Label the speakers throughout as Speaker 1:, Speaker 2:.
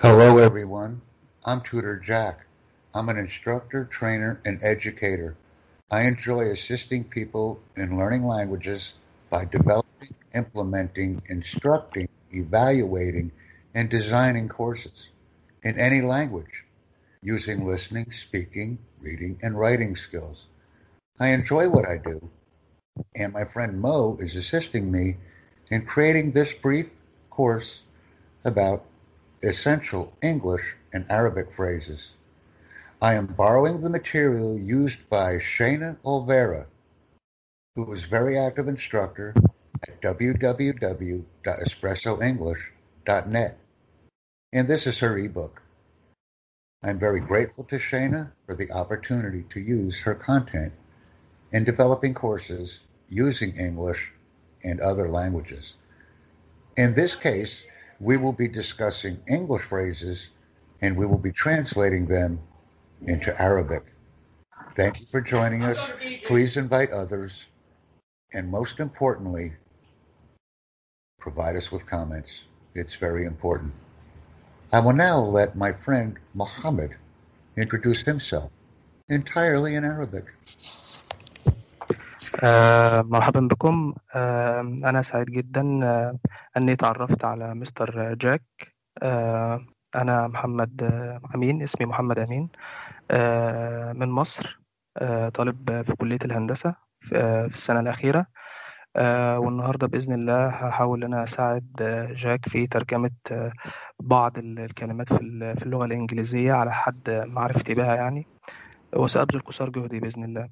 Speaker 1: Hello everyone, I'm Tutor Jack. I'm an instructor, trainer, and educator. I enjoy assisting people in learning languages by developing, implementing, instructing, evaluating, and designing courses in any language using listening, speaking, reading, and writing skills. I enjoy what I do, and my friend Mo is assisting me in creating this brief course about essential English and Arabic phrases. I am borrowing the material used by Shana Olvera, who is very active instructor at www.espressoenglish.net. And this is her ebook. I'm very grateful to Shana for the opportunity to use her content in developing courses using English and other languages. In this case, we will be discussing English phrases and we will be translating them into Arabic. Thank you for joining us. Please invite others. And most importantly, provide us with comments. It's very important. I will now let my friend Mohammed introduce himself entirely in Arabic.
Speaker 2: آه، مرحبا بكم آه، أنا سعيد جدا آه، أني تعرفت على مستر جاك آه، أنا محمد آه، أمين اسمي محمد أمين آه، من مصر آه، طالب في كلية الهندسة في آه، في السنة الأخيرة آه، والنهاردة بإذن الله هحاول أنا أساعد آه، جاك في ترجمة آه، بعض ال- الكلمات في ال- في اللغة الإنجليزية على حد معرفتي بها يعني وسأبذل قصار جهدي بإذن الله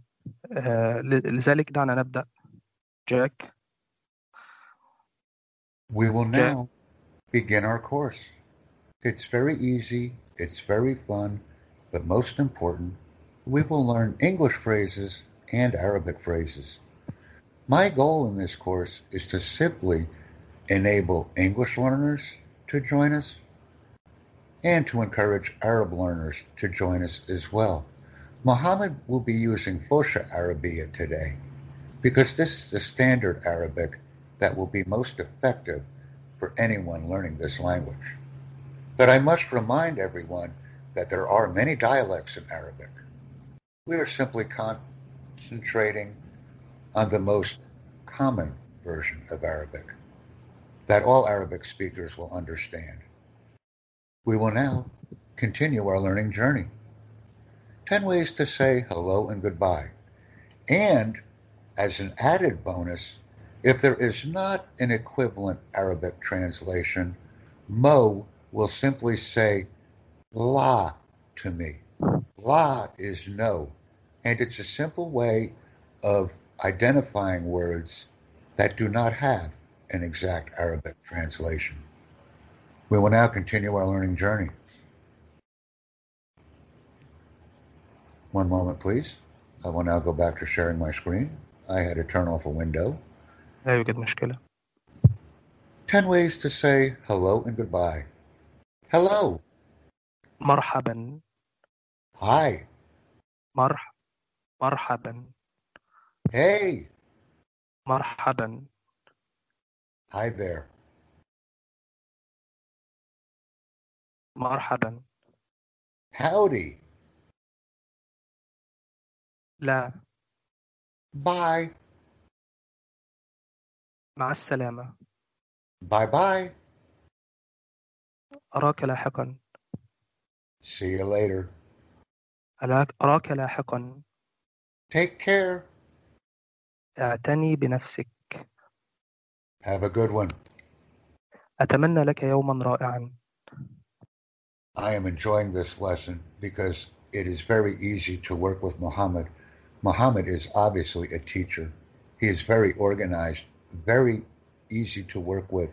Speaker 2: آه، لذلك دعنا نبدأ جاك
Speaker 1: We will
Speaker 2: جاك
Speaker 1: now begin our course. It's very easy, it's very fun, but most important, we will learn English phrases and Arabic phrases. My goal in this course is to simply enable English learners to join us and to encourage Arab learners to join us as well. Mohammed will be using Fosha Arabiya today because this is the standard Arabic that will be most effective for anyone learning this language. But I must remind everyone that there are many dialects in Arabic. We are simply concentrating on the most common version of Arabic that all Arabic speakers will understand. We will now continue our learning journey. 10 ways to say hello and goodbye. And as an added bonus, if there is not an equivalent Arabic translation, Mo will simply say la to me. La is no, and it's a simple way of identifying words that do not have an exact Arabic translation. We will now continue our learning journey. One moment, please. I will now go back to sharing my screen. I had to turn off a window.
Speaker 2: لا يوجد أيوة، مشكلة
Speaker 1: 10 ways to say hello and goodbye. Hello.
Speaker 2: مرحبا
Speaker 1: Hi.
Speaker 2: مرح مرحبا
Speaker 1: Hey.
Speaker 2: مرحبا
Speaker 1: Hi there.
Speaker 2: مرحبا
Speaker 1: Howdy.
Speaker 2: لا
Speaker 1: Bye.
Speaker 2: مع السلامة
Speaker 1: Bye bye.
Speaker 2: أراك لاحقا
Speaker 1: See you later.
Speaker 2: ألاك أراك لاحقا
Speaker 1: Take care.
Speaker 2: اعتني بنفسك
Speaker 1: Have a good one.
Speaker 2: أتمنى لك يوما رائعا
Speaker 1: I am enjoying this lesson because it is very easy to work with Muhammad. Muhammad is obviously a teacher. He is very organized, very easy to work with,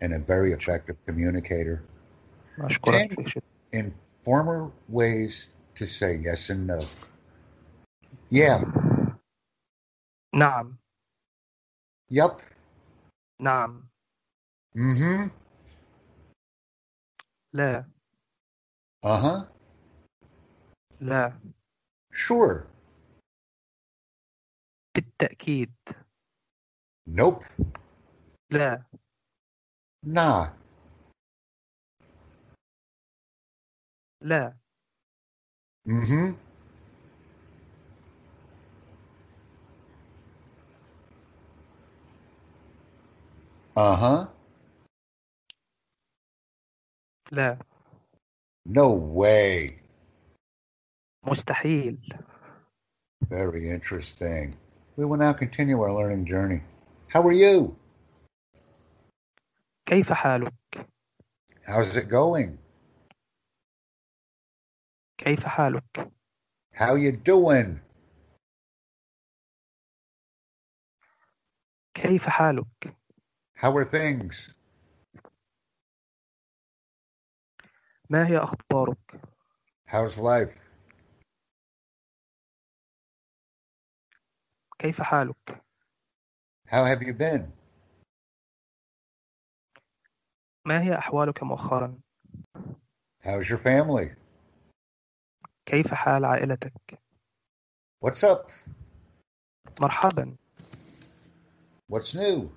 Speaker 1: and a very effective communicator.
Speaker 2: أشكرك
Speaker 1: 10
Speaker 2: بشدة
Speaker 1: informer ways to say yes and no. Yeah,
Speaker 2: نعم
Speaker 1: yep,
Speaker 2: نعم
Speaker 1: mm hmm,
Speaker 2: لا
Speaker 1: uh huh,
Speaker 2: لا
Speaker 1: sure,
Speaker 2: بالتأكيد
Speaker 1: nope,
Speaker 2: لا
Speaker 1: nah,
Speaker 2: لا
Speaker 1: Mm-hmm. Uh-huh.
Speaker 2: لا
Speaker 1: No way.
Speaker 2: مستحيل
Speaker 1: Very interesting. We will now continue our learning journey. How are you?
Speaker 2: كيف حالك
Speaker 1: How's it going?
Speaker 2: كيف حالك
Speaker 1: How you doing?
Speaker 2: كيف حالك
Speaker 1: How are things?
Speaker 2: ما هي أخبارك
Speaker 1: How's life?
Speaker 2: كيف حالك
Speaker 1: How have you been?
Speaker 2: ما هي أحوالك مؤخرا
Speaker 1: How's your family?
Speaker 2: كيف حال عائلتك
Speaker 1: What's up?
Speaker 2: مرحبا
Speaker 1: What's new?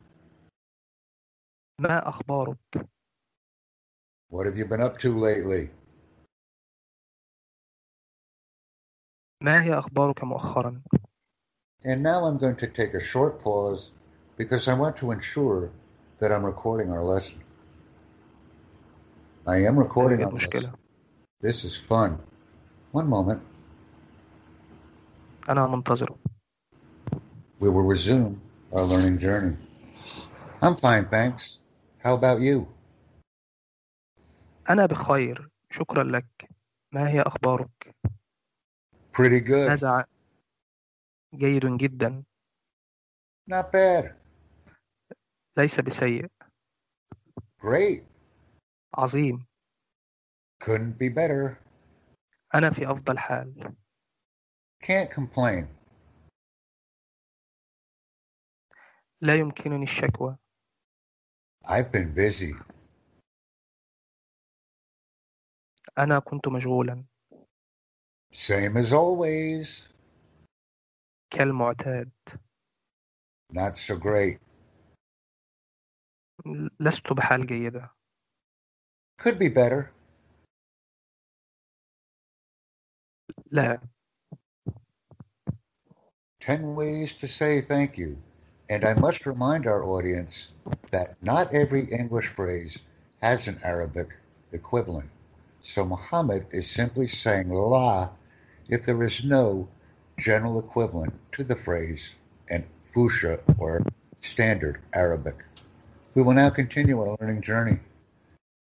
Speaker 2: ما أخبارك
Speaker 1: What have you been up to lately?
Speaker 2: ما هي أخبارك مؤخرا
Speaker 1: And now I'm going to take a short pause because I want to ensure that I'm recording our lesson. I am recording
Speaker 2: إيه
Speaker 1: our lesson.
Speaker 2: المشكلة
Speaker 1: This is fun. One moment.
Speaker 2: أنا منتظرك
Speaker 1: We will resume our learning journey. I'm fine, thanks. How about you?
Speaker 2: أنا بخير شكرا لك ما هي أخبارك
Speaker 1: Pretty good.
Speaker 2: ماذا ع- جيد جدا
Speaker 1: Not bad.
Speaker 2: ليس بسيء
Speaker 1: Great.
Speaker 2: عظيم
Speaker 1: Couldn't be better.
Speaker 2: أنا في أفضل حال
Speaker 1: Can't complain.
Speaker 2: لا يمكنني الشكوى
Speaker 1: I've been busy.
Speaker 2: أنا كنت مشغولا
Speaker 1: Same as always.
Speaker 2: كالمعتاد
Speaker 1: Not so great.
Speaker 2: لست بحال جيدة
Speaker 1: Could be better.
Speaker 2: لا
Speaker 1: 10 ways to say thank you. And I must remind our audience that not every English phrase has an Arabic equivalent. So Muhammad is simply saying la if there is no general equivalent to the phrase in Fusha or standard Arabic. We will now continue our learning journey.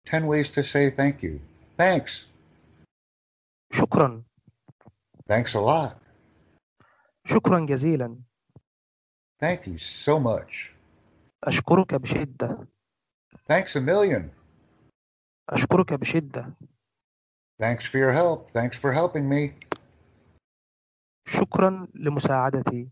Speaker 1: 10 ways to say thank you. Thanks.
Speaker 2: شكرا
Speaker 1: Thanks a lot.
Speaker 2: شكرا جزيلا
Speaker 1: Thank you so much.
Speaker 2: أشكرك بشدة
Speaker 1: Thanks a million.
Speaker 2: أشكرك بشدة
Speaker 1: Thanks for your help. Thanks for helping me.
Speaker 2: شكرا لمساعدتي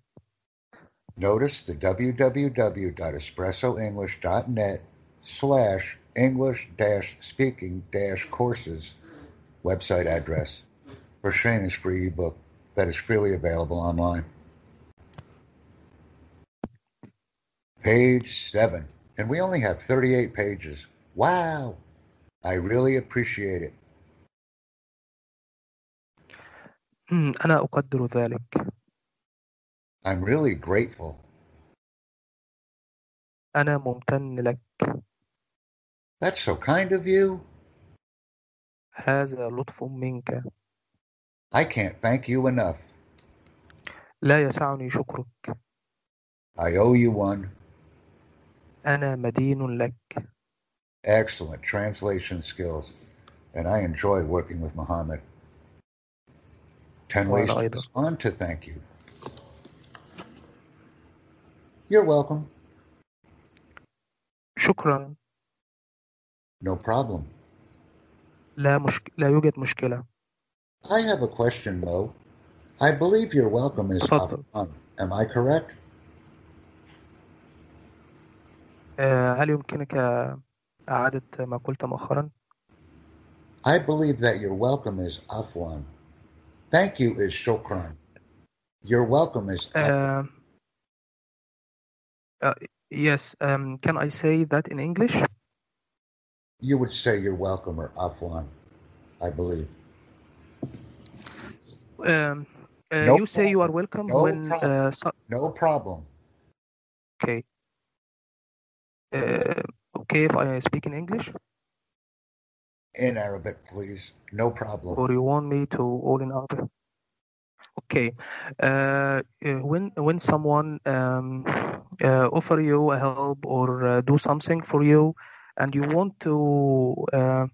Speaker 1: Notice the www.espressoenglish.net slash English dash speaking dash courses website address for Shana's free ebook that is freely available online. Page seven. And we only have 38 pages. Wow. I really appreciate it.
Speaker 2: أمم، أنا أقدر ذلك
Speaker 1: I'm really grateful.
Speaker 2: أنا ممتن لك
Speaker 1: That's so kind of you.
Speaker 2: هذا لطف منك
Speaker 1: I can't thank you enough.
Speaker 2: لا يسعني شكرك
Speaker 1: I owe you one.
Speaker 2: أنا مدين لك
Speaker 1: Excellent translation skills. And I enjoy working with Muhammad. 10 ways
Speaker 2: Well,
Speaker 1: to
Speaker 2: either.
Speaker 1: respond to thank you. You're welcome.
Speaker 2: شكرا
Speaker 1: No problem.
Speaker 2: لا مشك... لا يوجد مشكلة
Speaker 1: I have a question, Mo. I believe you're welcome is
Speaker 2: تفضل.
Speaker 1: Afan. Am I correct?
Speaker 2: آه، هل يمكنك إعادة ما قلت مؤخرا
Speaker 1: I believe that you're welcome is Afwan. Thank you is Shukran. You're welcome is Afwan.
Speaker 2: Uh, uh, yes, um, can I say that in English?
Speaker 1: You would say you're welcome or Afwan, I believe.
Speaker 2: Um, uh,
Speaker 1: No
Speaker 2: you say you are welcome
Speaker 1: No
Speaker 2: when uh, so-
Speaker 1: No problem.
Speaker 2: okay. Uh, okay, if I speak in English,
Speaker 1: In Arabic, please. No problem.
Speaker 2: or you want me to all in Arabic? Okay. Uh, uh, when when someone um, uh, offer you a help or uh, do something for you, and you want to uh,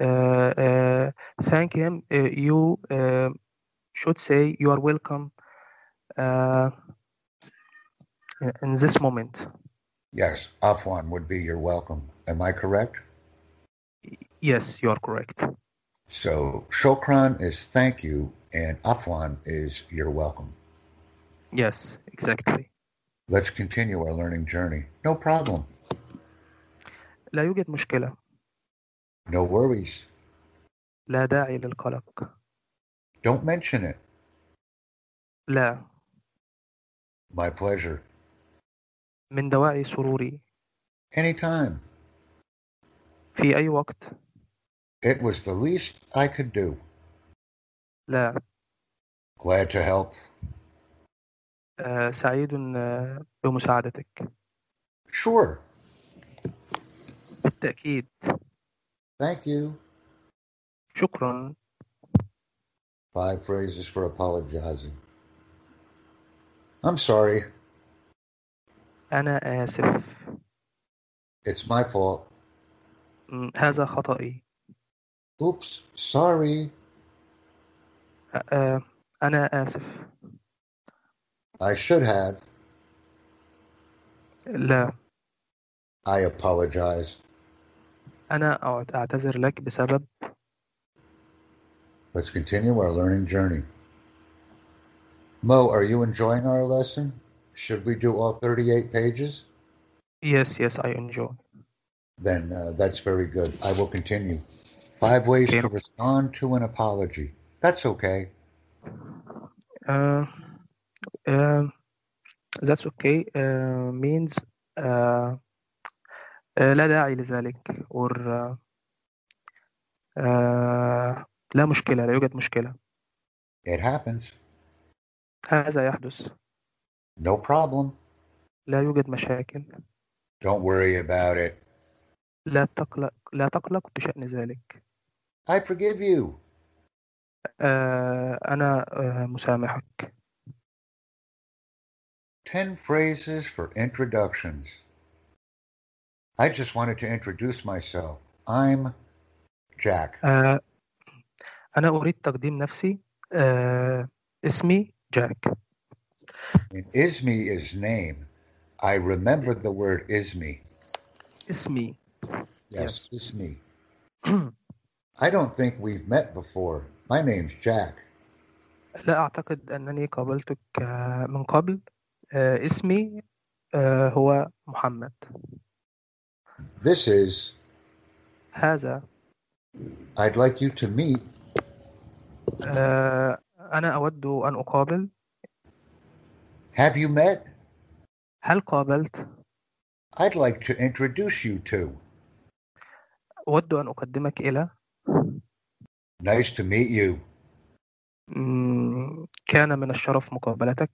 Speaker 2: uh, uh, thank him, uh, you uh, should say you are welcome. Uh, in this moment,
Speaker 1: Yes, Afwan would be your welcome. Am I correct?
Speaker 2: yes, you are correct.
Speaker 1: So, shukran is thank you, and Afwan is you're welcome.
Speaker 2: Yes, exactly.
Speaker 1: Let's continue our learning journey. No problem.
Speaker 2: لا يوجد مشكلة.
Speaker 1: No worries.
Speaker 2: لا داعي للقلق.
Speaker 1: Don't mention it.
Speaker 2: لا
Speaker 1: My pleasure.
Speaker 2: من دواعي سروري
Speaker 1: Anytime.
Speaker 2: في أي وقت.
Speaker 1: It was the least I could do.
Speaker 2: لا
Speaker 1: Glad to help.
Speaker 2: آه، سعيد آه، بمساعدتك
Speaker 1: Sure.
Speaker 2: بالتأكيد
Speaker 1: Thank you.
Speaker 2: شكرا
Speaker 1: Five phrases for apologizing. I'm sorry.
Speaker 2: أنا آسف
Speaker 1: It's my fault.
Speaker 2: م، هذا خطأي
Speaker 1: Oops. Sorry.
Speaker 2: آه، أنا آسف
Speaker 1: I should have.
Speaker 2: لا
Speaker 1: I apologize.
Speaker 2: أنا أعت- أعتذر لك بسبب
Speaker 1: Let's continue our learning journey. Mo, are you enjoying our lesson? Should we do all 38 pages?
Speaker 2: yes yes I enjoy
Speaker 1: Then uh, that's very good. I will continue. Five ways
Speaker 2: Okay.
Speaker 1: to respond to an apology. That's okay.
Speaker 2: آه، آه، that's okay آه، means آه، آه، لا داعي لذلك or آه، آه، لا مشكلة لا يوجد مشكلة
Speaker 1: It happens.
Speaker 2: هذا يحدث
Speaker 1: No problem.
Speaker 2: لا يوجد مشاكل
Speaker 1: Don't worry about it.
Speaker 2: لا تقلق لا تقلق بشأن ذلك
Speaker 1: I forgive you.
Speaker 2: آه، أنا آه، مسامحك
Speaker 1: 10 phrases for introductions. I just wanted to introduce myself. I'm Jack.
Speaker 2: آه، أنا أريد تقديم نفسي آه، اسمي جاك
Speaker 1: And Ismi is name. I remembered the word Ismi.
Speaker 2: اسمي
Speaker 1: Yes, Ismi. I don't think we've met before. My name's Jack.
Speaker 2: لا أعتقد أنني قابلتك آه، من قبل آه، اسمي آه، هو محمد
Speaker 1: This is,
Speaker 2: هذا
Speaker 1: I'd like you to meet
Speaker 2: آه، أنا أود أن أقابل
Speaker 1: Have you met?
Speaker 2: هل قابلت
Speaker 1: I'd like to introduce you to.
Speaker 2: أود أن أقدمك إلى
Speaker 1: Nice to meet you.
Speaker 2: مم، كان من الشرف مقابلتك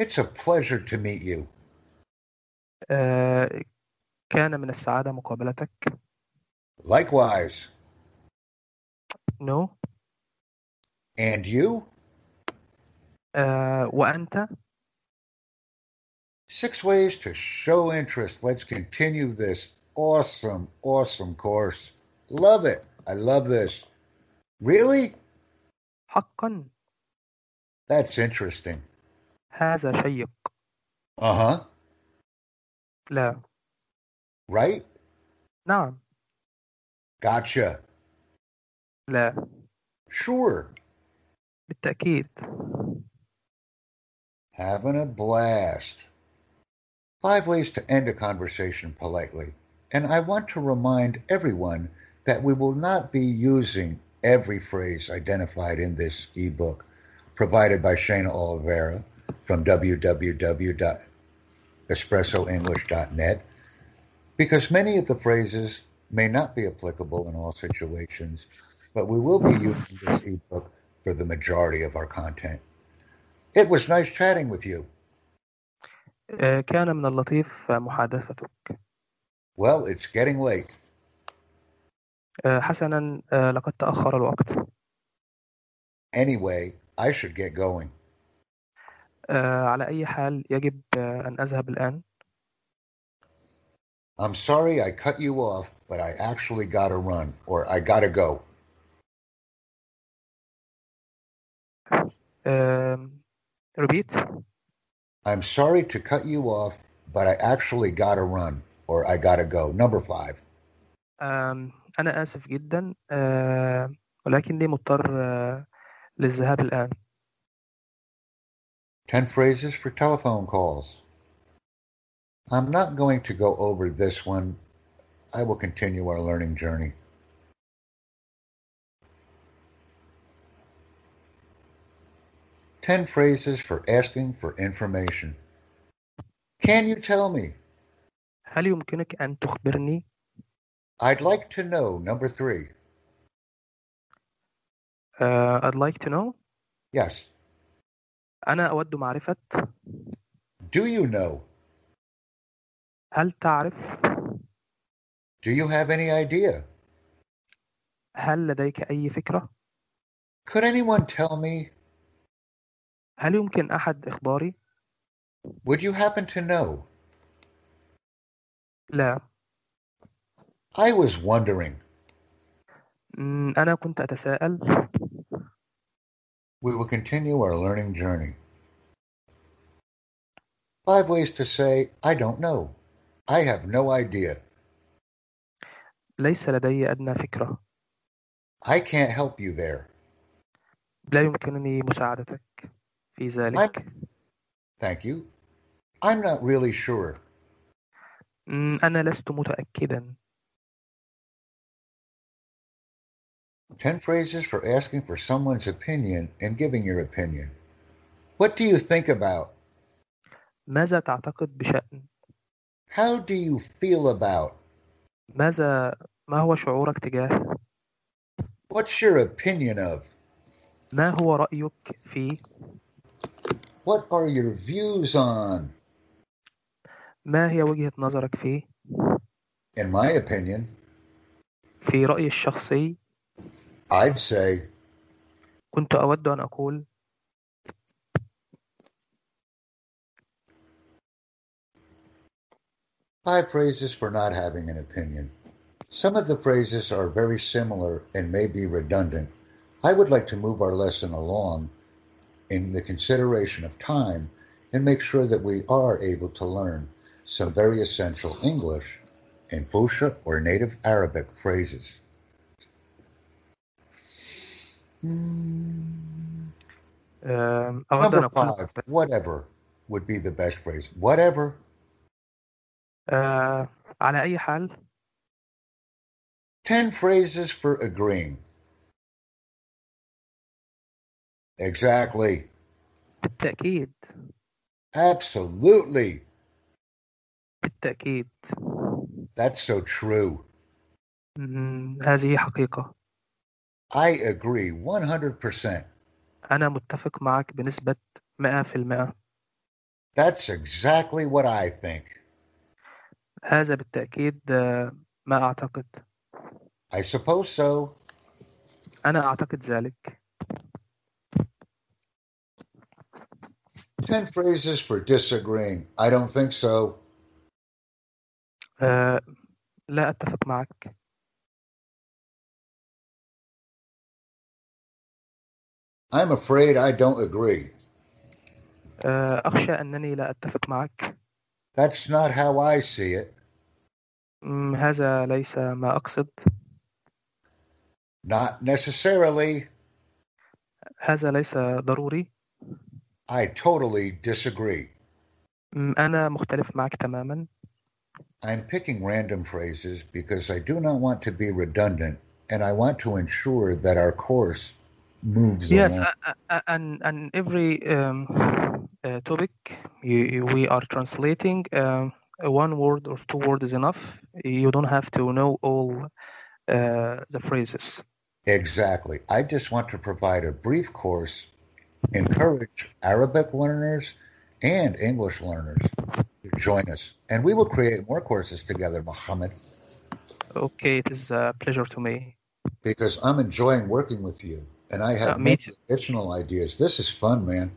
Speaker 1: It's a pleasure to meet you.
Speaker 2: آه، كان من السعادة مقابلتك
Speaker 1: Likewise.
Speaker 2: نو
Speaker 1: And you?
Speaker 2: آه، وأنت
Speaker 1: Six ways to show interest. Let's continue this awesome, awesome course. Love it. I love this. Really?
Speaker 2: حقا
Speaker 1: That's interesting.
Speaker 2: هذا شيق
Speaker 1: Uh huh.
Speaker 2: لا
Speaker 1: Right?
Speaker 2: نعم
Speaker 1: Gotcha.
Speaker 2: لا
Speaker 1: Sure.
Speaker 2: بالتأكيد
Speaker 1: Having a blast. Five ways to end a conversation politely. And I want to remind everyone that we will not be using every phrase identified in this ebook provided by Shana Oliveira from www.espressoenglish.net because many of the phrases may not be applicable in all situations, but we will be using this ebook for the majority of our content. It was nice chatting with you.
Speaker 2: آه، كان من اللطيف محادثتك
Speaker 1: Well, it's getting late.
Speaker 2: آه، حسنا آه، لقد تأخر الوقت
Speaker 1: Anyway, I should get going.
Speaker 2: آه، على أي حال يجب آه، أن أذهب الآن
Speaker 1: I'm sorry I cut you off, but I actually gotta run, or I gotta go.
Speaker 2: آم، ريبيت
Speaker 1: I'm sorry to cut you off, but I actually gotta run, or I gotta go. Number five.
Speaker 2: آم، أنا آسف جدا آم، ولكني مضطر آه، للذهاب الآن
Speaker 1: 10 phrases for telephone calls. I'm not going to go over this one. I will continue our learning journey. Ten phrases for asking for information. Can you tell me?
Speaker 2: هل يمكنك أن تخبرني
Speaker 1: I'd like to know. Number three.
Speaker 2: آه، I'd like to know
Speaker 1: Yes.
Speaker 2: أنا أود معرفة
Speaker 1: Do you know?
Speaker 2: هل تعرف
Speaker 1: Do you have any idea?
Speaker 2: هل لديك أي فكرة
Speaker 1: Could anyone tell me?
Speaker 2: هل يمكن أحد إخباري
Speaker 1: Would you happen to know?
Speaker 2: لا
Speaker 1: I was wondering.
Speaker 2: مم، أنا كنت أتساءل
Speaker 1: We will continue our learning journey. Five ways to say, I don't know. I have no idea.
Speaker 2: ليس لدي أدنى فكرة
Speaker 1: I can't help you there.
Speaker 2: لا يمكنني مساعدتك في ذلك
Speaker 1: Thank you. I'm not really sure.
Speaker 2: مم، أنا لست متأكدا
Speaker 1: Ten phrases for asking for someone's opinion and giving your opinion. What do you think about?
Speaker 2: ماذا تعتقد بشأن
Speaker 1: How do you feel about?
Speaker 2: ماذا ما هو شعورك تجاه
Speaker 1: What's your opinion of?
Speaker 2: ما هو رأيك في
Speaker 1: What are your views on?
Speaker 2: ما هي وجهة نظرك في
Speaker 1: In my opinion,
Speaker 2: في رأيي الشخصي
Speaker 1: I'd say
Speaker 2: كنت أود أن أقول
Speaker 1: Five phrases for not having an opinion. Some of the phrases are very similar and may be redundant. I would like to move our lesson along in the consideration of time and make sure that we are able to learn some very essential English and Fusha or native Arabic phrases. Hmm.
Speaker 2: آم، أود أن
Speaker 1: Number
Speaker 2: أقول
Speaker 1: five, whatever would be the best phrase. Whatever,
Speaker 2: آه، على أي حال
Speaker 1: 10 phrases for agreeing. Exactly.
Speaker 2: بالتأكيد
Speaker 1: Absolutely.
Speaker 2: بالتأكيد
Speaker 1: That's so true.
Speaker 2: مم، هذه حقيقة
Speaker 1: I agree 100%.
Speaker 2: أنا متفق معك بنسبة 100%
Speaker 1: That's exactly what I think.
Speaker 2: هذا بالتأكيد آه، ما أعتقد
Speaker 1: I suppose so.
Speaker 2: أنا أعتقد ذلك
Speaker 1: 10 phrases for disagreeing. I don't think so.
Speaker 2: آه، لا أتفق معك
Speaker 1: I'm afraid I don't agree.
Speaker 2: آه، أخشى أنني لا أتفق معك
Speaker 1: That's not how I see it.
Speaker 2: مم، هذا ليس ما أقصد
Speaker 1: Not necessarily.
Speaker 2: هذا ليس ضروري
Speaker 1: I totally disagree.
Speaker 2: مم، أنا مختلف معك تماما
Speaker 1: I'm picking random phrases because I do not want to be redundant and I want to ensure that our course moves
Speaker 2: Yes,
Speaker 1: along.
Speaker 2: a- a- a- and and every um, uh, topic you, you- we are translating, um, one word or two words is enough. You don't have to know all uh, the phrases.
Speaker 1: Exactly. I just want to provide a brief course, encourage Arabic learners and English learners to join us. And we will create more courses together, Mohammed,
Speaker 2: Okay, it is a pleasure to me.
Speaker 1: because I'm enjoying working with you. And I
Speaker 2: Uh,
Speaker 1: have
Speaker 2: me
Speaker 1: many
Speaker 2: too.
Speaker 1: additional ideas. This is fun, man.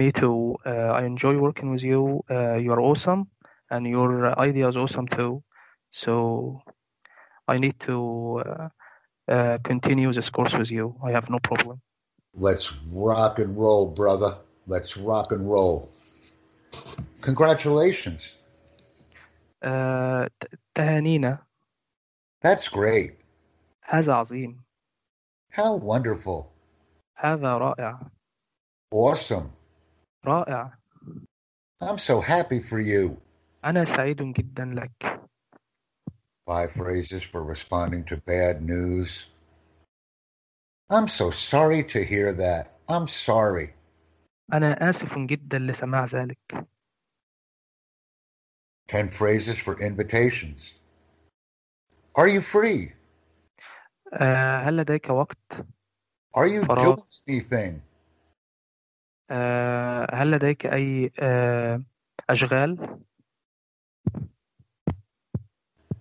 Speaker 2: Me too. Uh, I enjoy working with you. Uh, you are awesome, and your idea is awesome too. So I need to uh, uh, continue this course with you. I have no problem.
Speaker 1: Let's rock and roll, brother. Let's rock and roll. Congratulations.
Speaker 2: آه، ت- تهانينا
Speaker 1: That's great.
Speaker 2: هذا عظيم
Speaker 1: How wonderful.
Speaker 2: هذا رائع
Speaker 1: Awesome.
Speaker 2: رائع
Speaker 1: I'm so happy for you.
Speaker 2: أنا سعيد جدا لك
Speaker 1: Five phrases for responding to bad news. I'm so sorry to hear that. I'm sorry.
Speaker 2: أنا آسف جدا لسماع ذلك
Speaker 1: 10 phrases for invitations. Are you free?
Speaker 2: آه، هل لديك وقت
Speaker 1: Are you
Speaker 2: فراغ
Speaker 1: doing anything?
Speaker 2: آه، هل لديك أي آه، أشغال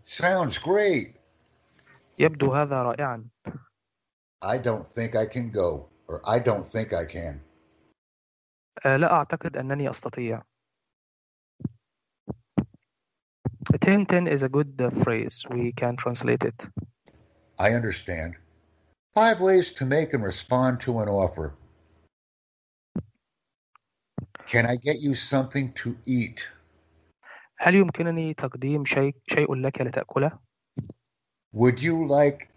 Speaker 1: Sounds great.
Speaker 2: يبدو هذا رائعا
Speaker 1: I don't think I can go, or I don't think I can.
Speaker 2: آه، لا أعتقد أنني أستطيع 10 10 is a good uh, phrase we can translate it
Speaker 1: I understand. Five ways to make and respond to an offer. Can I get you something to eat?
Speaker 2: هل يمكنني تقديم شيء شيء لك لتأكله
Speaker 1: Would you like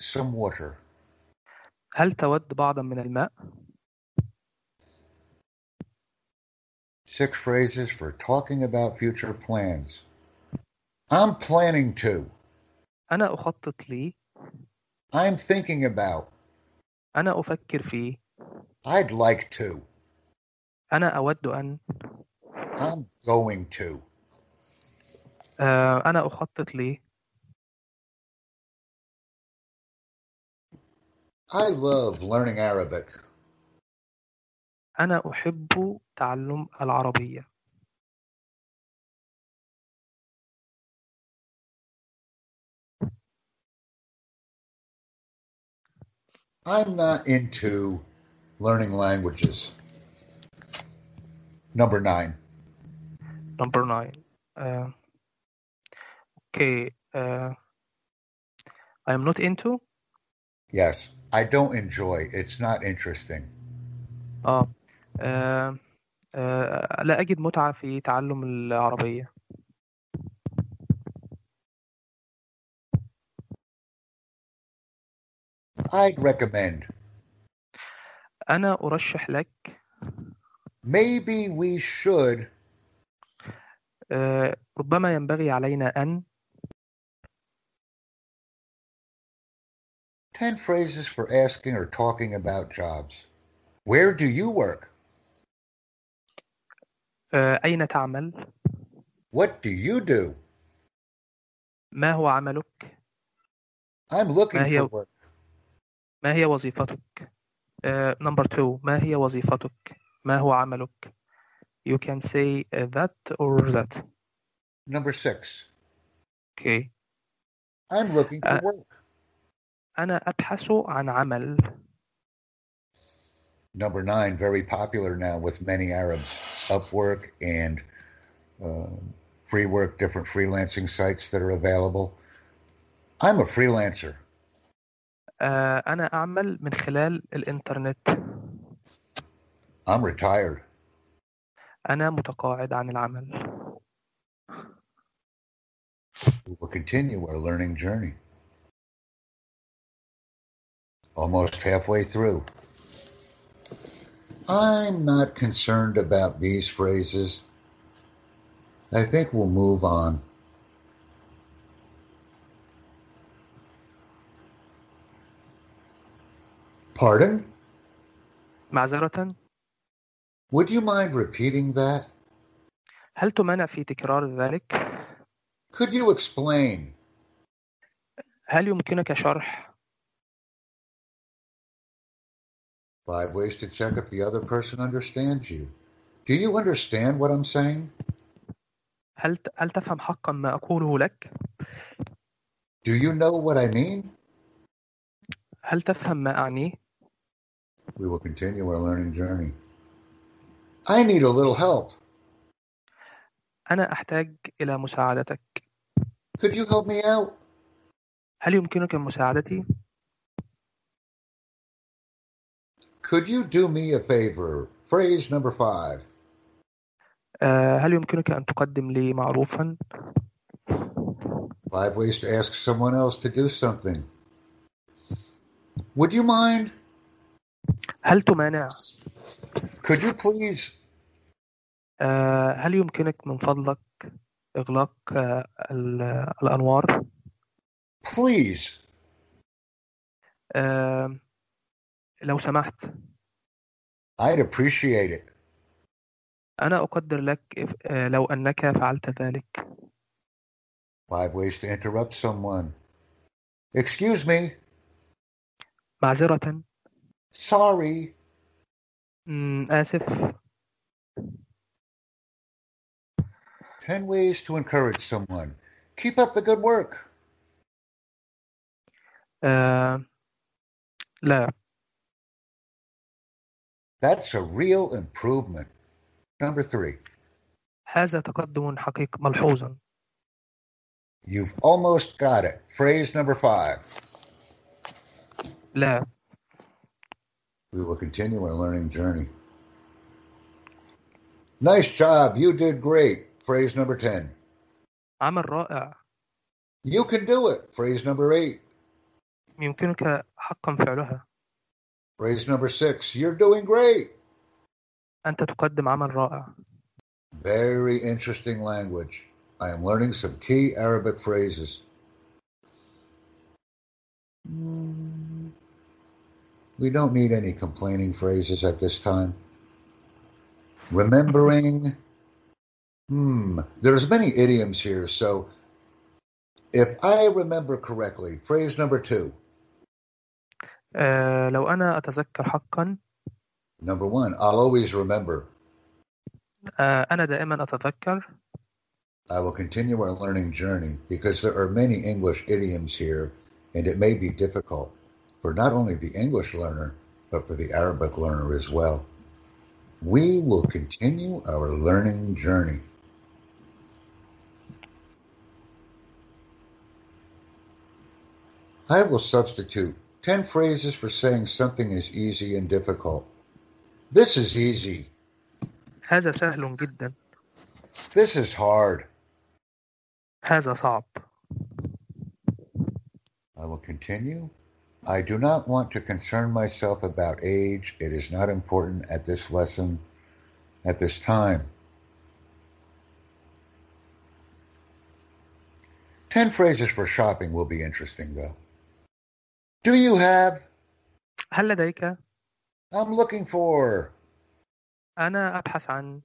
Speaker 1: some water?
Speaker 2: هل تود بعضا من الماء
Speaker 1: Six phrases for talking about future plans. I'm planning to.
Speaker 2: أنا أخطط لي
Speaker 1: I'm thinking about.
Speaker 2: أنا أفكر فيه
Speaker 1: I'd like to.
Speaker 2: أنا أود أن
Speaker 1: I'm going to.
Speaker 2: آه، أنا أخطط لي
Speaker 1: I love learning Arabic.
Speaker 2: أنا أحب تعلم العربية
Speaker 1: I'm not into learning languages. Number nine.
Speaker 2: number 9 آه، okay آه، I am not into
Speaker 1: Yes, I don't enjoy. It's not interesting.
Speaker 2: آه. آه. آه. لا أجد متعة في تعلم العربية
Speaker 1: I'd recommend.
Speaker 2: أنا أرشح لك
Speaker 1: Maybe we should.
Speaker 2: آه، ربما ينبغي علينا أن
Speaker 1: 10 phrases for asking or talking about jobs. Where do you work?
Speaker 2: آه، أين تعمل
Speaker 1: What do you do?
Speaker 2: ما هو عملك
Speaker 1: I'm
Speaker 2: ما
Speaker 1: looking for
Speaker 2: هي
Speaker 1: work.
Speaker 2: ما هي وظيفتك آه، number 2 ما هي وظيفتك ما هو عملك you can say uh, that or that
Speaker 1: Number six,
Speaker 2: okay
Speaker 1: I'm looking for
Speaker 2: آه،
Speaker 1: work.
Speaker 2: أنا أبحث عن عمل
Speaker 1: Number nine, very popular now with many Arabs, Upwork and um free work, different freelancing sites that are available. I'm a freelancer.
Speaker 2: آه، أنا أعمل من خلال الإنترنت
Speaker 1: I'm retired.
Speaker 2: أنا متقاعد عن العمل
Speaker 1: We'll continue our learning journey almost halfway through. I'm not concerned about these phrases. I think we'll move on. Pardon?
Speaker 2: معذرة
Speaker 1: Would you mind repeating that?
Speaker 2: هل تمانع في تكرار ذلك؟
Speaker 1: Could you explain?
Speaker 2: هل يمكنك شرح؟
Speaker 1: Five ways to check if the other person understands you. Do you understand what I'm saying?
Speaker 2: هل ت- هل تفهم حقا ما أقوله لك؟
Speaker 1: Do you know what I mean?
Speaker 2: هل تفهم ما أعنيه؟
Speaker 1: We will continue our learning journey. I need a little help.
Speaker 2: أنا أحتاج إلى مساعدتك.
Speaker 1: Could you help me out?
Speaker 2: هل يمكنك مساعدتي؟
Speaker 1: Could you do me a favor? Phrase number five.
Speaker 2: آه، هل يمكنك أن تقدم لي معروفا؟
Speaker 1: Five ways to ask someone else to do something. Would you mind?
Speaker 2: هل تمانع؟
Speaker 1: Could you please?
Speaker 2: آه، هل يمكنك من فضلك إغلاق آه، ال- الأنوار؟
Speaker 1: Please.
Speaker 2: آه، لو سمحت
Speaker 1: I'd appreciate it.
Speaker 2: أنا أقدر لك إف- آه، لو أنك فعلت ذلك.
Speaker 1: Five ways to interrupt someone. Excuse me.
Speaker 2: معذرة،
Speaker 1: Sorry.
Speaker 2: مم، آسف.
Speaker 1: Ten ways to encourage someone. Keep up the good work.
Speaker 2: آه، لا،
Speaker 1: That's a real improvement. Number three.
Speaker 2: هذا تقدم حقيقي ملحوظا.
Speaker 1: You've almost got it. Phrase number five.
Speaker 2: لا،
Speaker 1: We will continue our learning journey. Nice job. You did great. Phrase number 10.
Speaker 2: عمل رائع.
Speaker 1: You can do it. Phrase number eight.
Speaker 2: يمكنك حقا فعلها.
Speaker 1: Phrase number six. You're doing great.
Speaker 2: أنت تقدم عمل رائع.
Speaker 1: Very interesting language. I am learning some key Arabic phrases. Mm, We don't need any complaining phrases at this time. Remembering. Hmm. There's many idioms here, so if I remember correctly, phrase number two.
Speaker 2: آه، لو أنا أتذكر حقا
Speaker 1: Number one, I'll always remember.
Speaker 2: آه، أنا دائما أتذكر
Speaker 1: I will continue our learning journey because there are many English idioms here, and it may be difficult for not only the English learner, but for the Arabic learner as well. We will continue our learning journey. I will substitute 10 phrases for saying something is easy and difficult. This is easy.
Speaker 2: هذا سهل جدا
Speaker 1: This is hard.
Speaker 2: هذا صعب
Speaker 1: I will continue. I do not want to concern myself about age. It is not important at this lesson, at this time. Ten phrases for shopping will be interesting, though. Do you have?
Speaker 2: هل لديك
Speaker 1: I'm looking for.
Speaker 2: أنا أبحث عن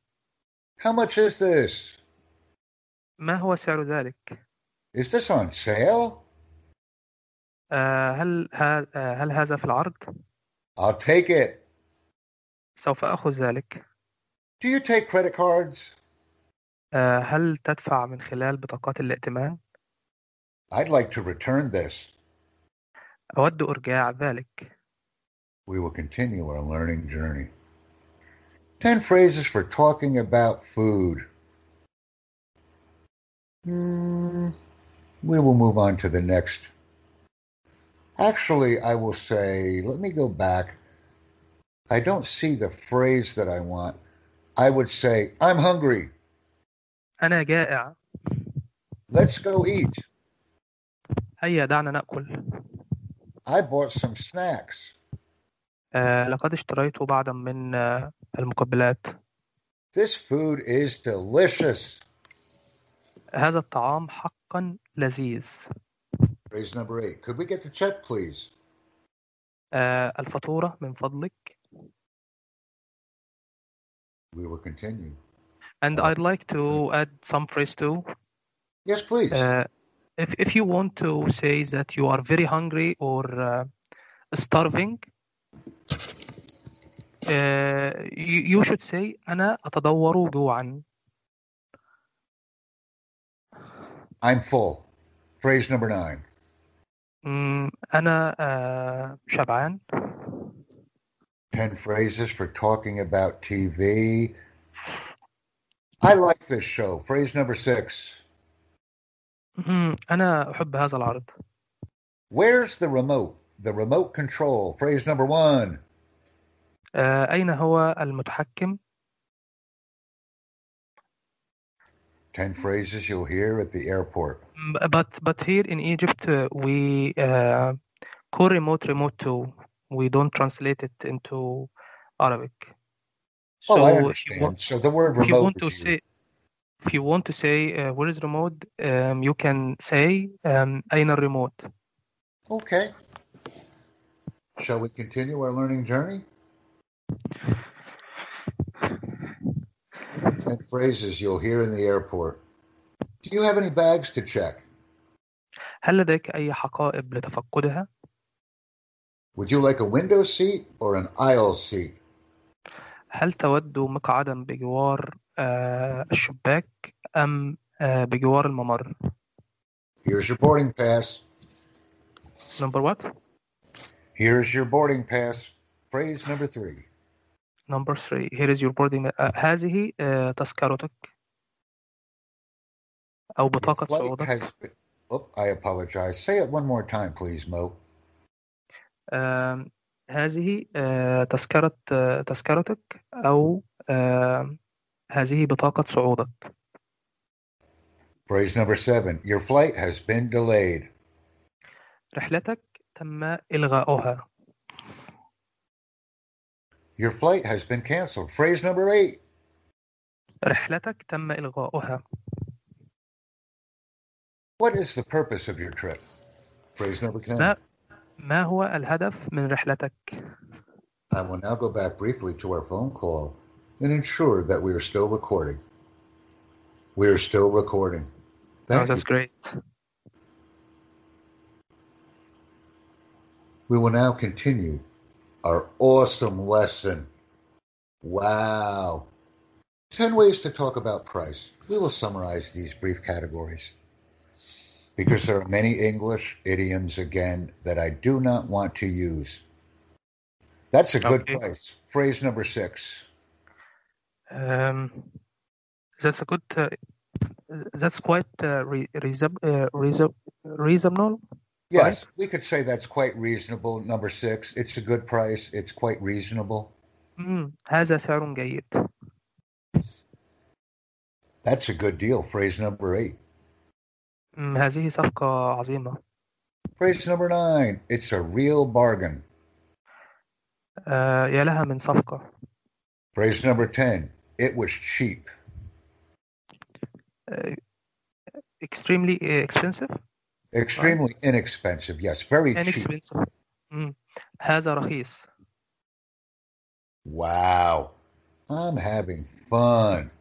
Speaker 1: How much is this?
Speaker 2: ما هو سعر ذلك
Speaker 1: Is this on sale?
Speaker 2: آه، هل ه- آه، هل هذا في العرض
Speaker 1: I'll take it.
Speaker 2: سوف آخذ ذلك
Speaker 1: Do you take credit cards?
Speaker 2: آه، هل تدفع من خلال بطاقات الائتمان
Speaker 1: I'd like to return this.
Speaker 2: أود إرجاع ذلك
Speaker 1: we will continue our learning journey. 10 phrases for talking about food. Hmm, we will move on to the next. Actually, I will say, let me go back. I don't see the phrase that I want. I would say, I'm hungry.
Speaker 2: أنا جائع
Speaker 1: Let's go eat.
Speaker 2: هيا دعنا نأكل
Speaker 1: I bought some snacks.
Speaker 2: آه، لقد اشتريت بعضا من آه، المقبلات
Speaker 1: This food is delicious.
Speaker 2: هذا الطعام حقا لذيذ
Speaker 1: Phrase number eight. Could we get the check, please?
Speaker 2: آه، الفاتورة من فضلك
Speaker 1: We will continue.
Speaker 2: And I'd like to add some phrase too.
Speaker 1: Yes, please.
Speaker 2: Uh, if if you want to say آه، that you are very hungry or uh, starving, آه، يو شود سي أنا أتدور جوعا
Speaker 1: I'm full. Phrase number nine.
Speaker 2: مم، أنا آه، شبعان
Speaker 1: 10 phrases for talking about TV. I like this show. Phrase number six.
Speaker 2: مم، أنا أحب هذا العرض
Speaker 1: Where's the remote? The remote control. Phrase number one.
Speaker 2: آه، أين هو المتحكم
Speaker 1: 10 phrases you'll hear at the airport.
Speaker 2: but but here in Egypt uh, we uh, call remote remote too. We don't translate it into Arabic. So
Speaker 1: oh, I
Speaker 2: if you want,
Speaker 1: understand. So the word
Speaker 2: if you
Speaker 1: remote
Speaker 2: want to
Speaker 1: is
Speaker 2: say if you want to say uh, where is remote, um, you can say um, أين الريموت.
Speaker 1: used. Okay. Shall we continue our learning journey? 10 phrases you'll hear in the airport. Do you have any bags to check?
Speaker 2: هل لديك أي حقائب لتفقدها؟
Speaker 1: Would you like a window seat or an aisle seat?
Speaker 2: هل تود مقعدا بجوار آه، الشباك أم آه، بجوار الممر؟
Speaker 1: Here's your boarding pass.
Speaker 2: Number what?
Speaker 1: Here's your boarding pass. Phrase number three.
Speaker 2: Number three, here is your boarding آه، هذه آه، تذكرتك أو
Speaker 1: Your
Speaker 2: بطاقة
Speaker 1: flight
Speaker 2: صعودك
Speaker 1: has been. Oh, I apologize. Say it one more time, please, Mo.
Speaker 2: آم، هذه آه، تذكرة آه، تذكرتك أو آم، هذه بطاقة صعودك
Speaker 1: Phrase number seven. Your flight has been delayed.
Speaker 2: رحلتك تم إلغاؤها
Speaker 1: Your flight has been canceled. Phrase number eight.
Speaker 2: رحلتك تم إلغاؤها
Speaker 1: What is the purpose of your trip? Phrase number 10.
Speaker 2: ما ما هو الهدف من رحلتك؟
Speaker 1: I will now go back briefly to our phone call and ensure that we are still recording. We are still recording.
Speaker 2: Oh,
Speaker 1: Thank you.
Speaker 2: that's great.
Speaker 1: We will now continue our awesome lesson. Wow. 10 ways to talk about price. We will summarize these brief categories because there are many English idioms again that I do not want to use. That's a good
Speaker 2: Okay.
Speaker 1: price. Phrase number six.
Speaker 2: Um, that's a good. Uh, that's quite uh, re- reason- uh, reason- reasonable, right?
Speaker 1: Yes, we could say that's quite reasonable. Number six, it's a good price. It's quite reasonable.
Speaker 2: مم. هذا سعر جيد.
Speaker 1: That's a good deal. Phrase number eight.
Speaker 2: مم. هذه صفقة عظيمة.
Speaker 1: Phrase number nine, it's a real bargain.
Speaker 2: آه، يا لها من صفقة.
Speaker 1: Phrase number 10, it was cheap.
Speaker 2: آه، extremely expensive, right?
Speaker 1: Extremely inexpensive. Yes, very cheap.
Speaker 2: Inexpensive. مم. هذا رخيص.
Speaker 1: Wow. I'm having fun.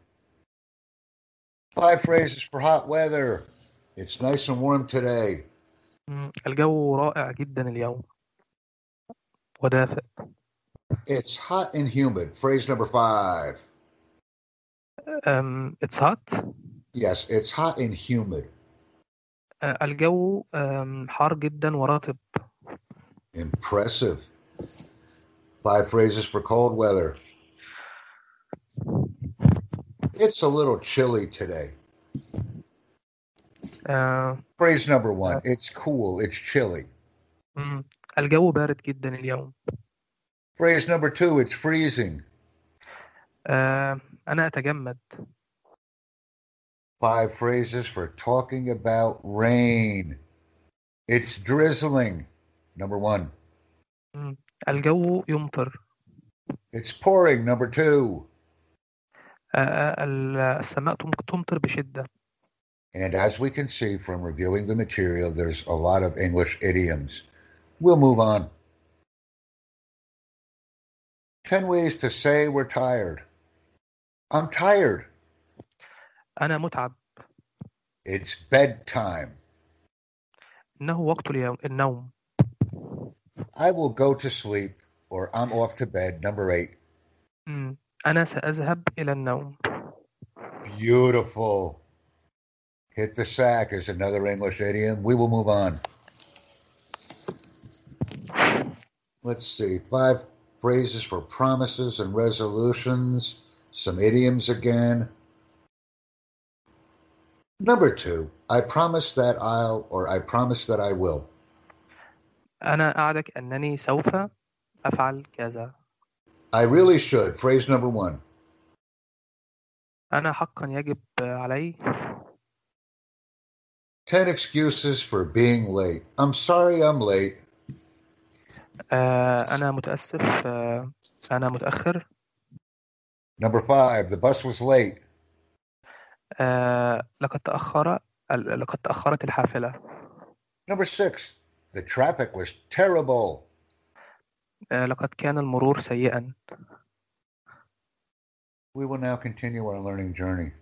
Speaker 1: Five phrases for hot weather. It's nice and warm today.
Speaker 2: مم. الجو رائع جدا اليوم ودافئ.
Speaker 1: It's hot and humid. Phrase number five.
Speaker 2: Um, it's hot.
Speaker 1: Yes, it's hot and humid.
Speaker 2: آه، الجو آم، حار جدا ورطب.
Speaker 1: Impressive. Five phrases for cold weather. It's a little chilly today.
Speaker 2: آه،
Speaker 1: Phrase number one,
Speaker 2: آه،
Speaker 1: it's cool. It's chilly.
Speaker 2: مم. الجو بارد جدا اليوم.
Speaker 1: Phrase number two, it's freezing.
Speaker 2: آه، أنا أتجمد.
Speaker 1: Five phrases for talking about rain. It's drizzling. Number one.
Speaker 2: مم. الجو يمطر.
Speaker 1: It's pouring. Number two.
Speaker 2: آه، آه، ال- السماء تم- تمطر بشدة.
Speaker 1: And as we can see from reviewing the material, there's a lot of English idioms. We'll move on. 10 ways to say we're tired. I'm tired.
Speaker 2: أنا متعب.
Speaker 1: It's bedtime.
Speaker 2: إنه وقت اليوم النوم.
Speaker 1: I will go to sleep or I'm off to bed. Number eight.
Speaker 2: مم. أنا سأذهب إلى النوم
Speaker 1: Beautiful. Hit the sack is another English idiom. We will move on. Let's see. Five phrases for promises and resolutions. Some idioms again. Number two, I promise that I'll, or I promise that I will.
Speaker 2: أنا أعدك أنني سوف أفعل كذا
Speaker 1: I really should. Phrase number one.
Speaker 2: أنا حقا يجب علي
Speaker 1: Ten excuses for being late. I'm sorry I'm late.
Speaker 2: آه، أنا متأسف آه، أنا متأخر
Speaker 1: Number five, the bus was late.
Speaker 2: آه، لقد تأخر ال- لقد تأخرت الحافلة
Speaker 1: Number six, the traffic was terrible.
Speaker 2: آه، لقد كان المرور سيئا
Speaker 1: We will now continue our learning journey.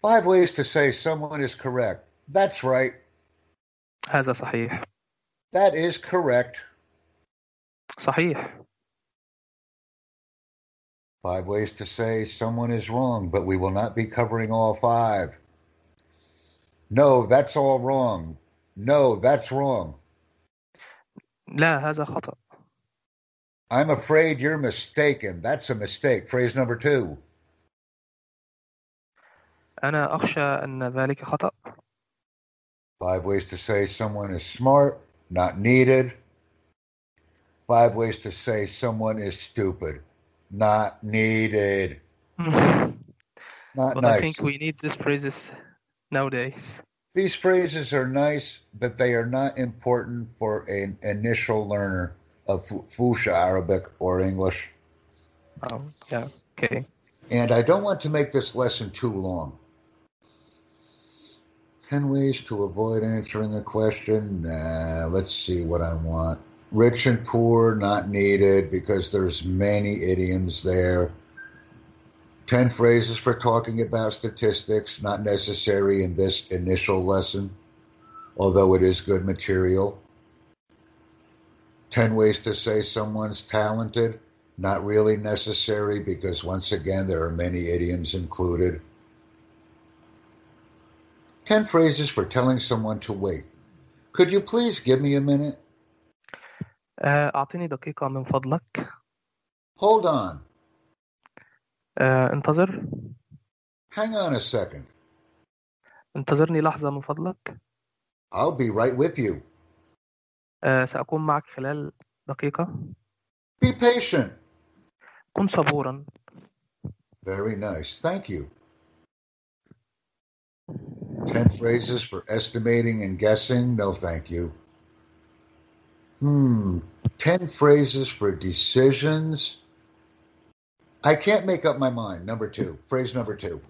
Speaker 1: Five ways to say someone is correct. That's right.
Speaker 2: هذا صحيح
Speaker 1: That is correct.
Speaker 2: صحيح
Speaker 1: Five ways to say someone is wrong, but we will not be covering all five. No, that's all wrong. No, that's wrong.
Speaker 2: لا هذا خطأ
Speaker 1: I'm afraid you're mistaken. That's a mistake. Phrase number two.
Speaker 2: أنا أخشى أن ذلك خطأ
Speaker 1: Five ways to say someone is smart, not needed. Five ways to say someone is stupid, not needed. Not
Speaker 2: But I
Speaker 1: nice.
Speaker 2: think we need these phrases nowadays
Speaker 1: These phrases are nice, but they are not important for an initial learner of Fu- Fusha Arabic or English.
Speaker 2: oh, yeah. okay
Speaker 1: And I don't want to make this lesson too long. 10 ways to avoid answering a question. Nah, let's see what I want. Rich and poor, not needed because there's many idioms there. 10 phrases for talking about statistics, not necessary in this initial lesson, although it is good material. 10 ways to say someone's talented, not really necessary because once again there are many idioms included. 10 phrases for telling someone to wait. Could you please give me a minute?
Speaker 2: آه، أعطيني دقيقة من فضلك
Speaker 1: Hold on.
Speaker 2: آه، انتظر
Speaker 1: Hang on a second.
Speaker 2: انتظرني لحظة من فضلك
Speaker 1: I'll be right with you.
Speaker 2: آه، سأكون معك خلال دقيقة
Speaker 1: Be patient.
Speaker 2: كن صبورا
Speaker 1: Very nice. Thank you. 10 phrases for estimating and guessing. No, thank you. Hmm. 10 phrases for decisions. I can't make up my mind. Number two. Phrase number two.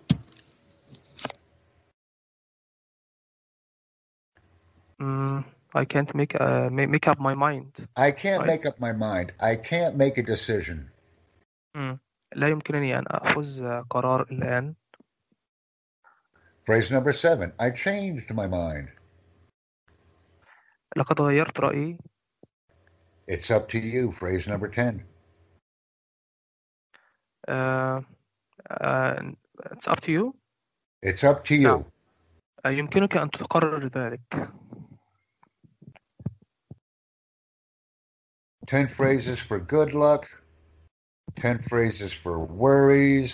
Speaker 2: Mm, I can't make uh, ma- make up my mind
Speaker 1: I can't
Speaker 2: Right.
Speaker 1: make up my mind. I can't make a decision.
Speaker 2: mm. لا يمكنني أن أخذ آه، قرار الآن
Speaker 1: Phrase number seven. I changed my mind.
Speaker 2: لقد غيرت رأيي
Speaker 1: It's up to you. Phrase number 10.
Speaker 2: آه، آه، it's up to you
Speaker 1: It's up to you.
Speaker 2: No. آه، يمكنك أن تقرر ذلك
Speaker 1: 10 phrases for good luck, 10 phrases for worries.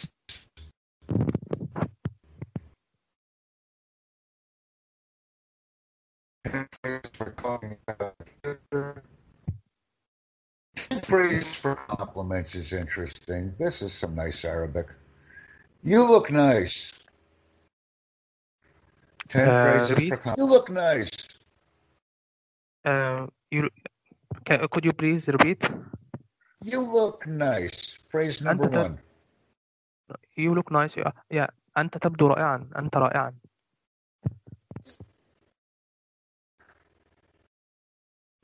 Speaker 1: Ten phrases for talking about the future. Ten phrases for compliments is interesting. This is some nice Arabic. You look nice. Ten
Speaker 2: Uh,
Speaker 1: phrases
Speaker 2: read.
Speaker 1: for compliments. You look nice.
Speaker 2: Uh, you, ca- could you please repeat?
Speaker 1: You look nice. Phrase number
Speaker 2: Under the-
Speaker 1: one.
Speaker 2: You look nice. Yeah. Yeah. أنت تبدو رائعا. أنت رائعا.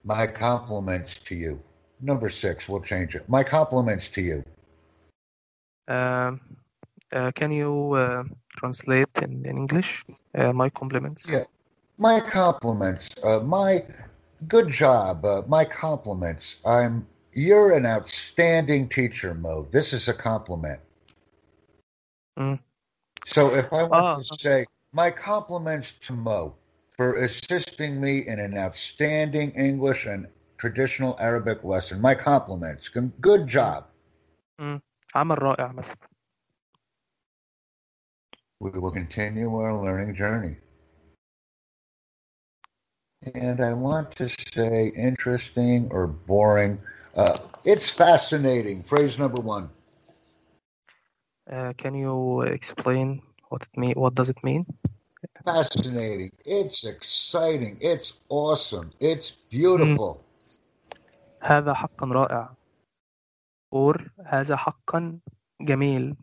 Speaker 1: My compliments to you. Number six, we'll change it. My compliments to you.
Speaker 2: Um, uh, can you uh, translate in, in English uh, my compliments?
Speaker 1: Yeah. My compliments. Uh, my good job. Uh, my compliments. I'm You're an outstanding teacher, Mo. This is a compliment.
Speaker 2: مم.
Speaker 1: So if I want to
Speaker 2: Ah.
Speaker 1: say my compliments to Mo for assisting me in an outstanding English and traditional Arabic lesson, my compliments. Good good job.
Speaker 2: عمل رائع مثلا
Speaker 1: We will continue our learning journey. And I want to say interesting or boring. Uh, it's fascinating. Phrase number one.
Speaker 2: Uh, can you explain what it mean? What does it mean?
Speaker 1: Fascinating. It's exciting. It's awesome. It's beautiful.
Speaker 2: هذا حقا رائع. Or هذا حقا جميل.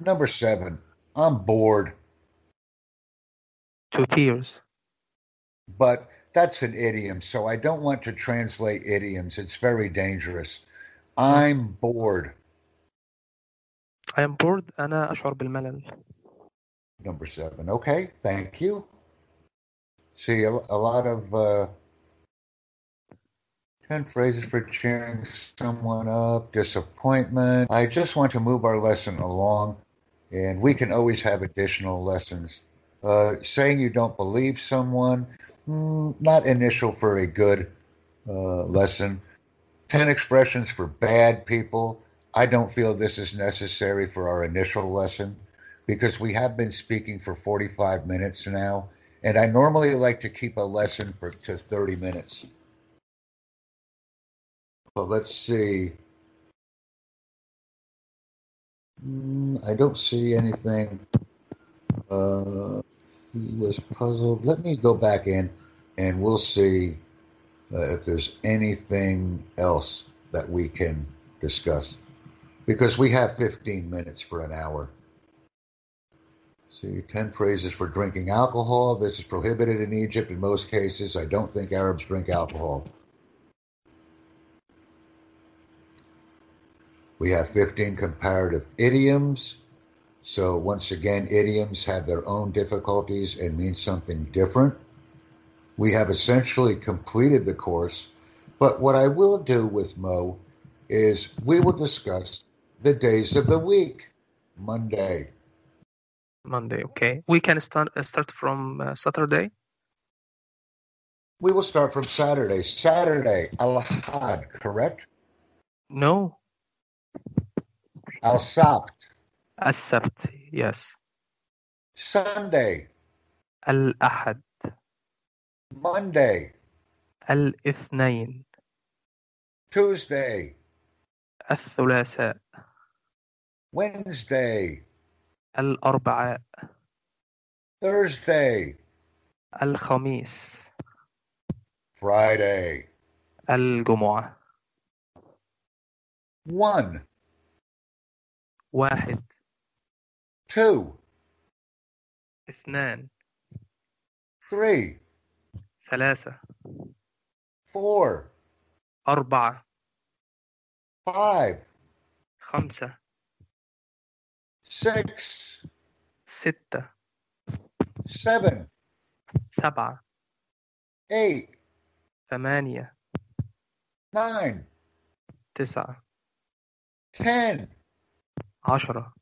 Speaker 1: Number seven. I'm bored,
Speaker 2: Two tears.
Speaker 1: but that's an idiom, so I don't want to translate idioms. It's very dangerous. I'm bored.
Speaker 2: I am bored. أنا أشعر بالملل.
Speaker 1: Number seven. Okay, thank you. See, a, a lot of uh, 10 phrases for cheering someone up, disappointment. I just want to move our lesson along, and we can always have additional lessons. Uh, saying you don't believe someone, mm, not initial for a good uh, lesson. 10 expressions for bad people. I don't feel this is necessary for our initial lesson because we have been speaking for 45 minutes now, and I normally like to keep a lesson for to 30 minutes. Well, let's see. Mm, I don't see anything. Uh, he was puzzled. Let me go back in, and we'll see uh, if there's anything else that we can discuss, because we have 15 minutes for an hour. See, 10 phrases for drinking alcohol. This is prohibited in Egypt in most cases. I don't think Arabs drink alcohol. We have 15 comparative idioms. So, once again, idioms have their own difficulties and mean something different. We have essentially completed the course, but what I will do with Mo is we will discuss the days of the week. Monday,
Speaker 2: Monday. Okay. We can start start from uh, Saturday.
Speaker 1: We will start from Saturday. Saturday, Al-Had, correct?
Speaker 2: No.
Speaker 1: Al-Sabt.
Speaker 2: السبت. Yes.
Speaker 1: Sunday,
Speaker 2: الأحد.
Speaker 1: Monday,
Speaker 2: الاثنين.
Speaker 1: Tuesday,
Speaker 2: الثلاثاء.
Speaker 1: Wednesday,
Speaker 2: الأربعاء.
Speaker 1: Thursday,
Speaker 2: الخميس.
Speaker 1: Friday.
Speaker 2: الجمعة.
Speaker 1: One,
Speaker 2: واحد.
Speaker 1: two,
Speaker 2: اثنان.
Speaker 1: three,
Speaker 2: ثلاثة.
Speaker 1: four,
Speaker 2: أربعة.
Speaker 1: five,
Speaker 2: خمسة.
Speaker 1: six,
Speaker 2: ستة.
Speaker 1: seven,
Speaker 2: سبعة.
Speaker 1: eight,
Speaker 2: ثمانية.
Speaker 1: nine,
Speaker 2: تسعة.
Speaker 1: ten,
Speaker 2: عشرة.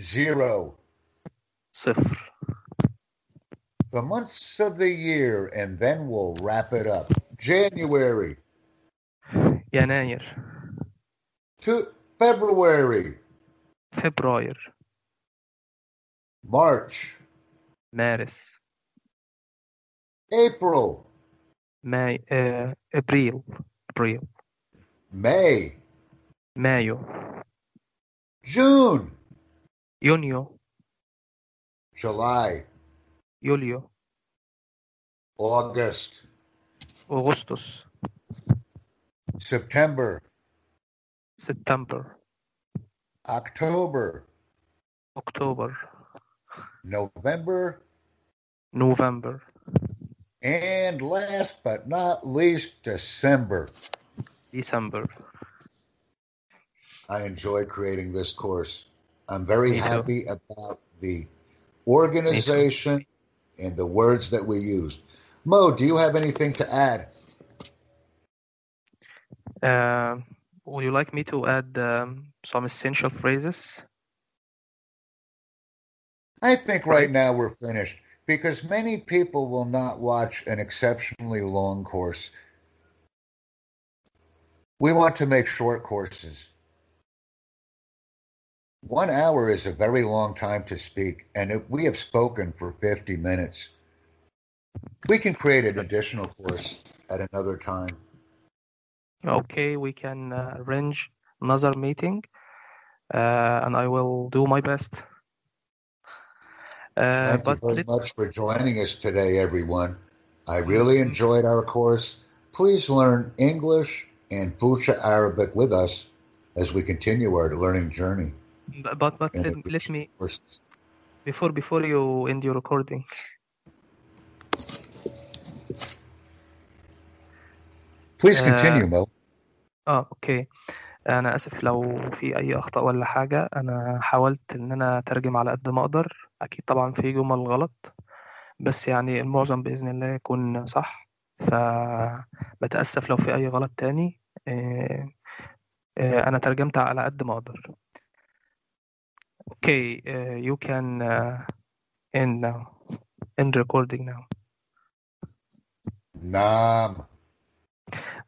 Speaker 2: zero. صفر.
Speaker 1: The months of the year, and then we'll wrap it up. January,
Speaker 2: يناير.
Speaker 1: to February,
Speaker 2: فبراير.
Speaker 1: March,
Speaker 2: مارس.
Speaker 1: April,
Speaker 2: ماي آه، ابريل ابريل
Speaker 1: May,
Speaker 2: مايو
Speaker 1: June,
Speaker 2: يونيو
Speaker 1: July,
Speaker 2: يوليو
Speaker 1: August,
Speaker 2: اغسطس
Speaker 1: September,
Speaker 2: سبتمبر
Speaker 1: October,
Speaker 2: اكتوبر
Speaker 1: November,
Speaker 2: نوفمبر
Speaker 1: and last but not least, December.
Speaker 2: ديسمبر
Speaker 1: I enjoy creating this course. I'm very
Speaker 2: Me too.
Speaker 1: happy about the organization and the words that we used. Mo, do you have anything to add?
Speaker 2: Uh, would you like me to add um, some essential phrases?
Speaker 1: I think right now we're finished because many people will not watch an exceptionally long course. We want to make short courses. One hour is a very long time to speak, and if we have spoken for 50 minutes. We can create an additional course at another time.
Speaker 2: Okay, we can uh, arrange another meeting, uh, and I will do my best. Uh,
Speaker 1: Thank you
Speaker 2: but
Speaker 1: very
Speaker 2: let-
Speaker 1: much for joining us today, everyone. I really enjoyed our course. Please learn English and Fucha Arabic with us as we continue our learning journey.
Speaker 2: but but
Speaker 1: And
Speaker 2: let,
Speaker 1: if we-
Speaker 2: let me
Speaker 1: Of course,
Speaker 2: before before you end your recording.
Speaker 1: Please
Speaker 2: Uh,
Speaker 1: continue, Mo.
Speaker 2: اه اوكي انا اسف لو في اي اخطاء ولا حاجه انا حاولت ان انا اترجم على قد ما اقدر اكيد طبعا في جمل غلط بس يعني المعظم باذن الله يكون صح فبتاسف لو في اي غلط تاني آه، آه، انا ترجمت على قد ما اقدر اوكي آه، you can آه، end now end recording now
Speaker 1: Nam.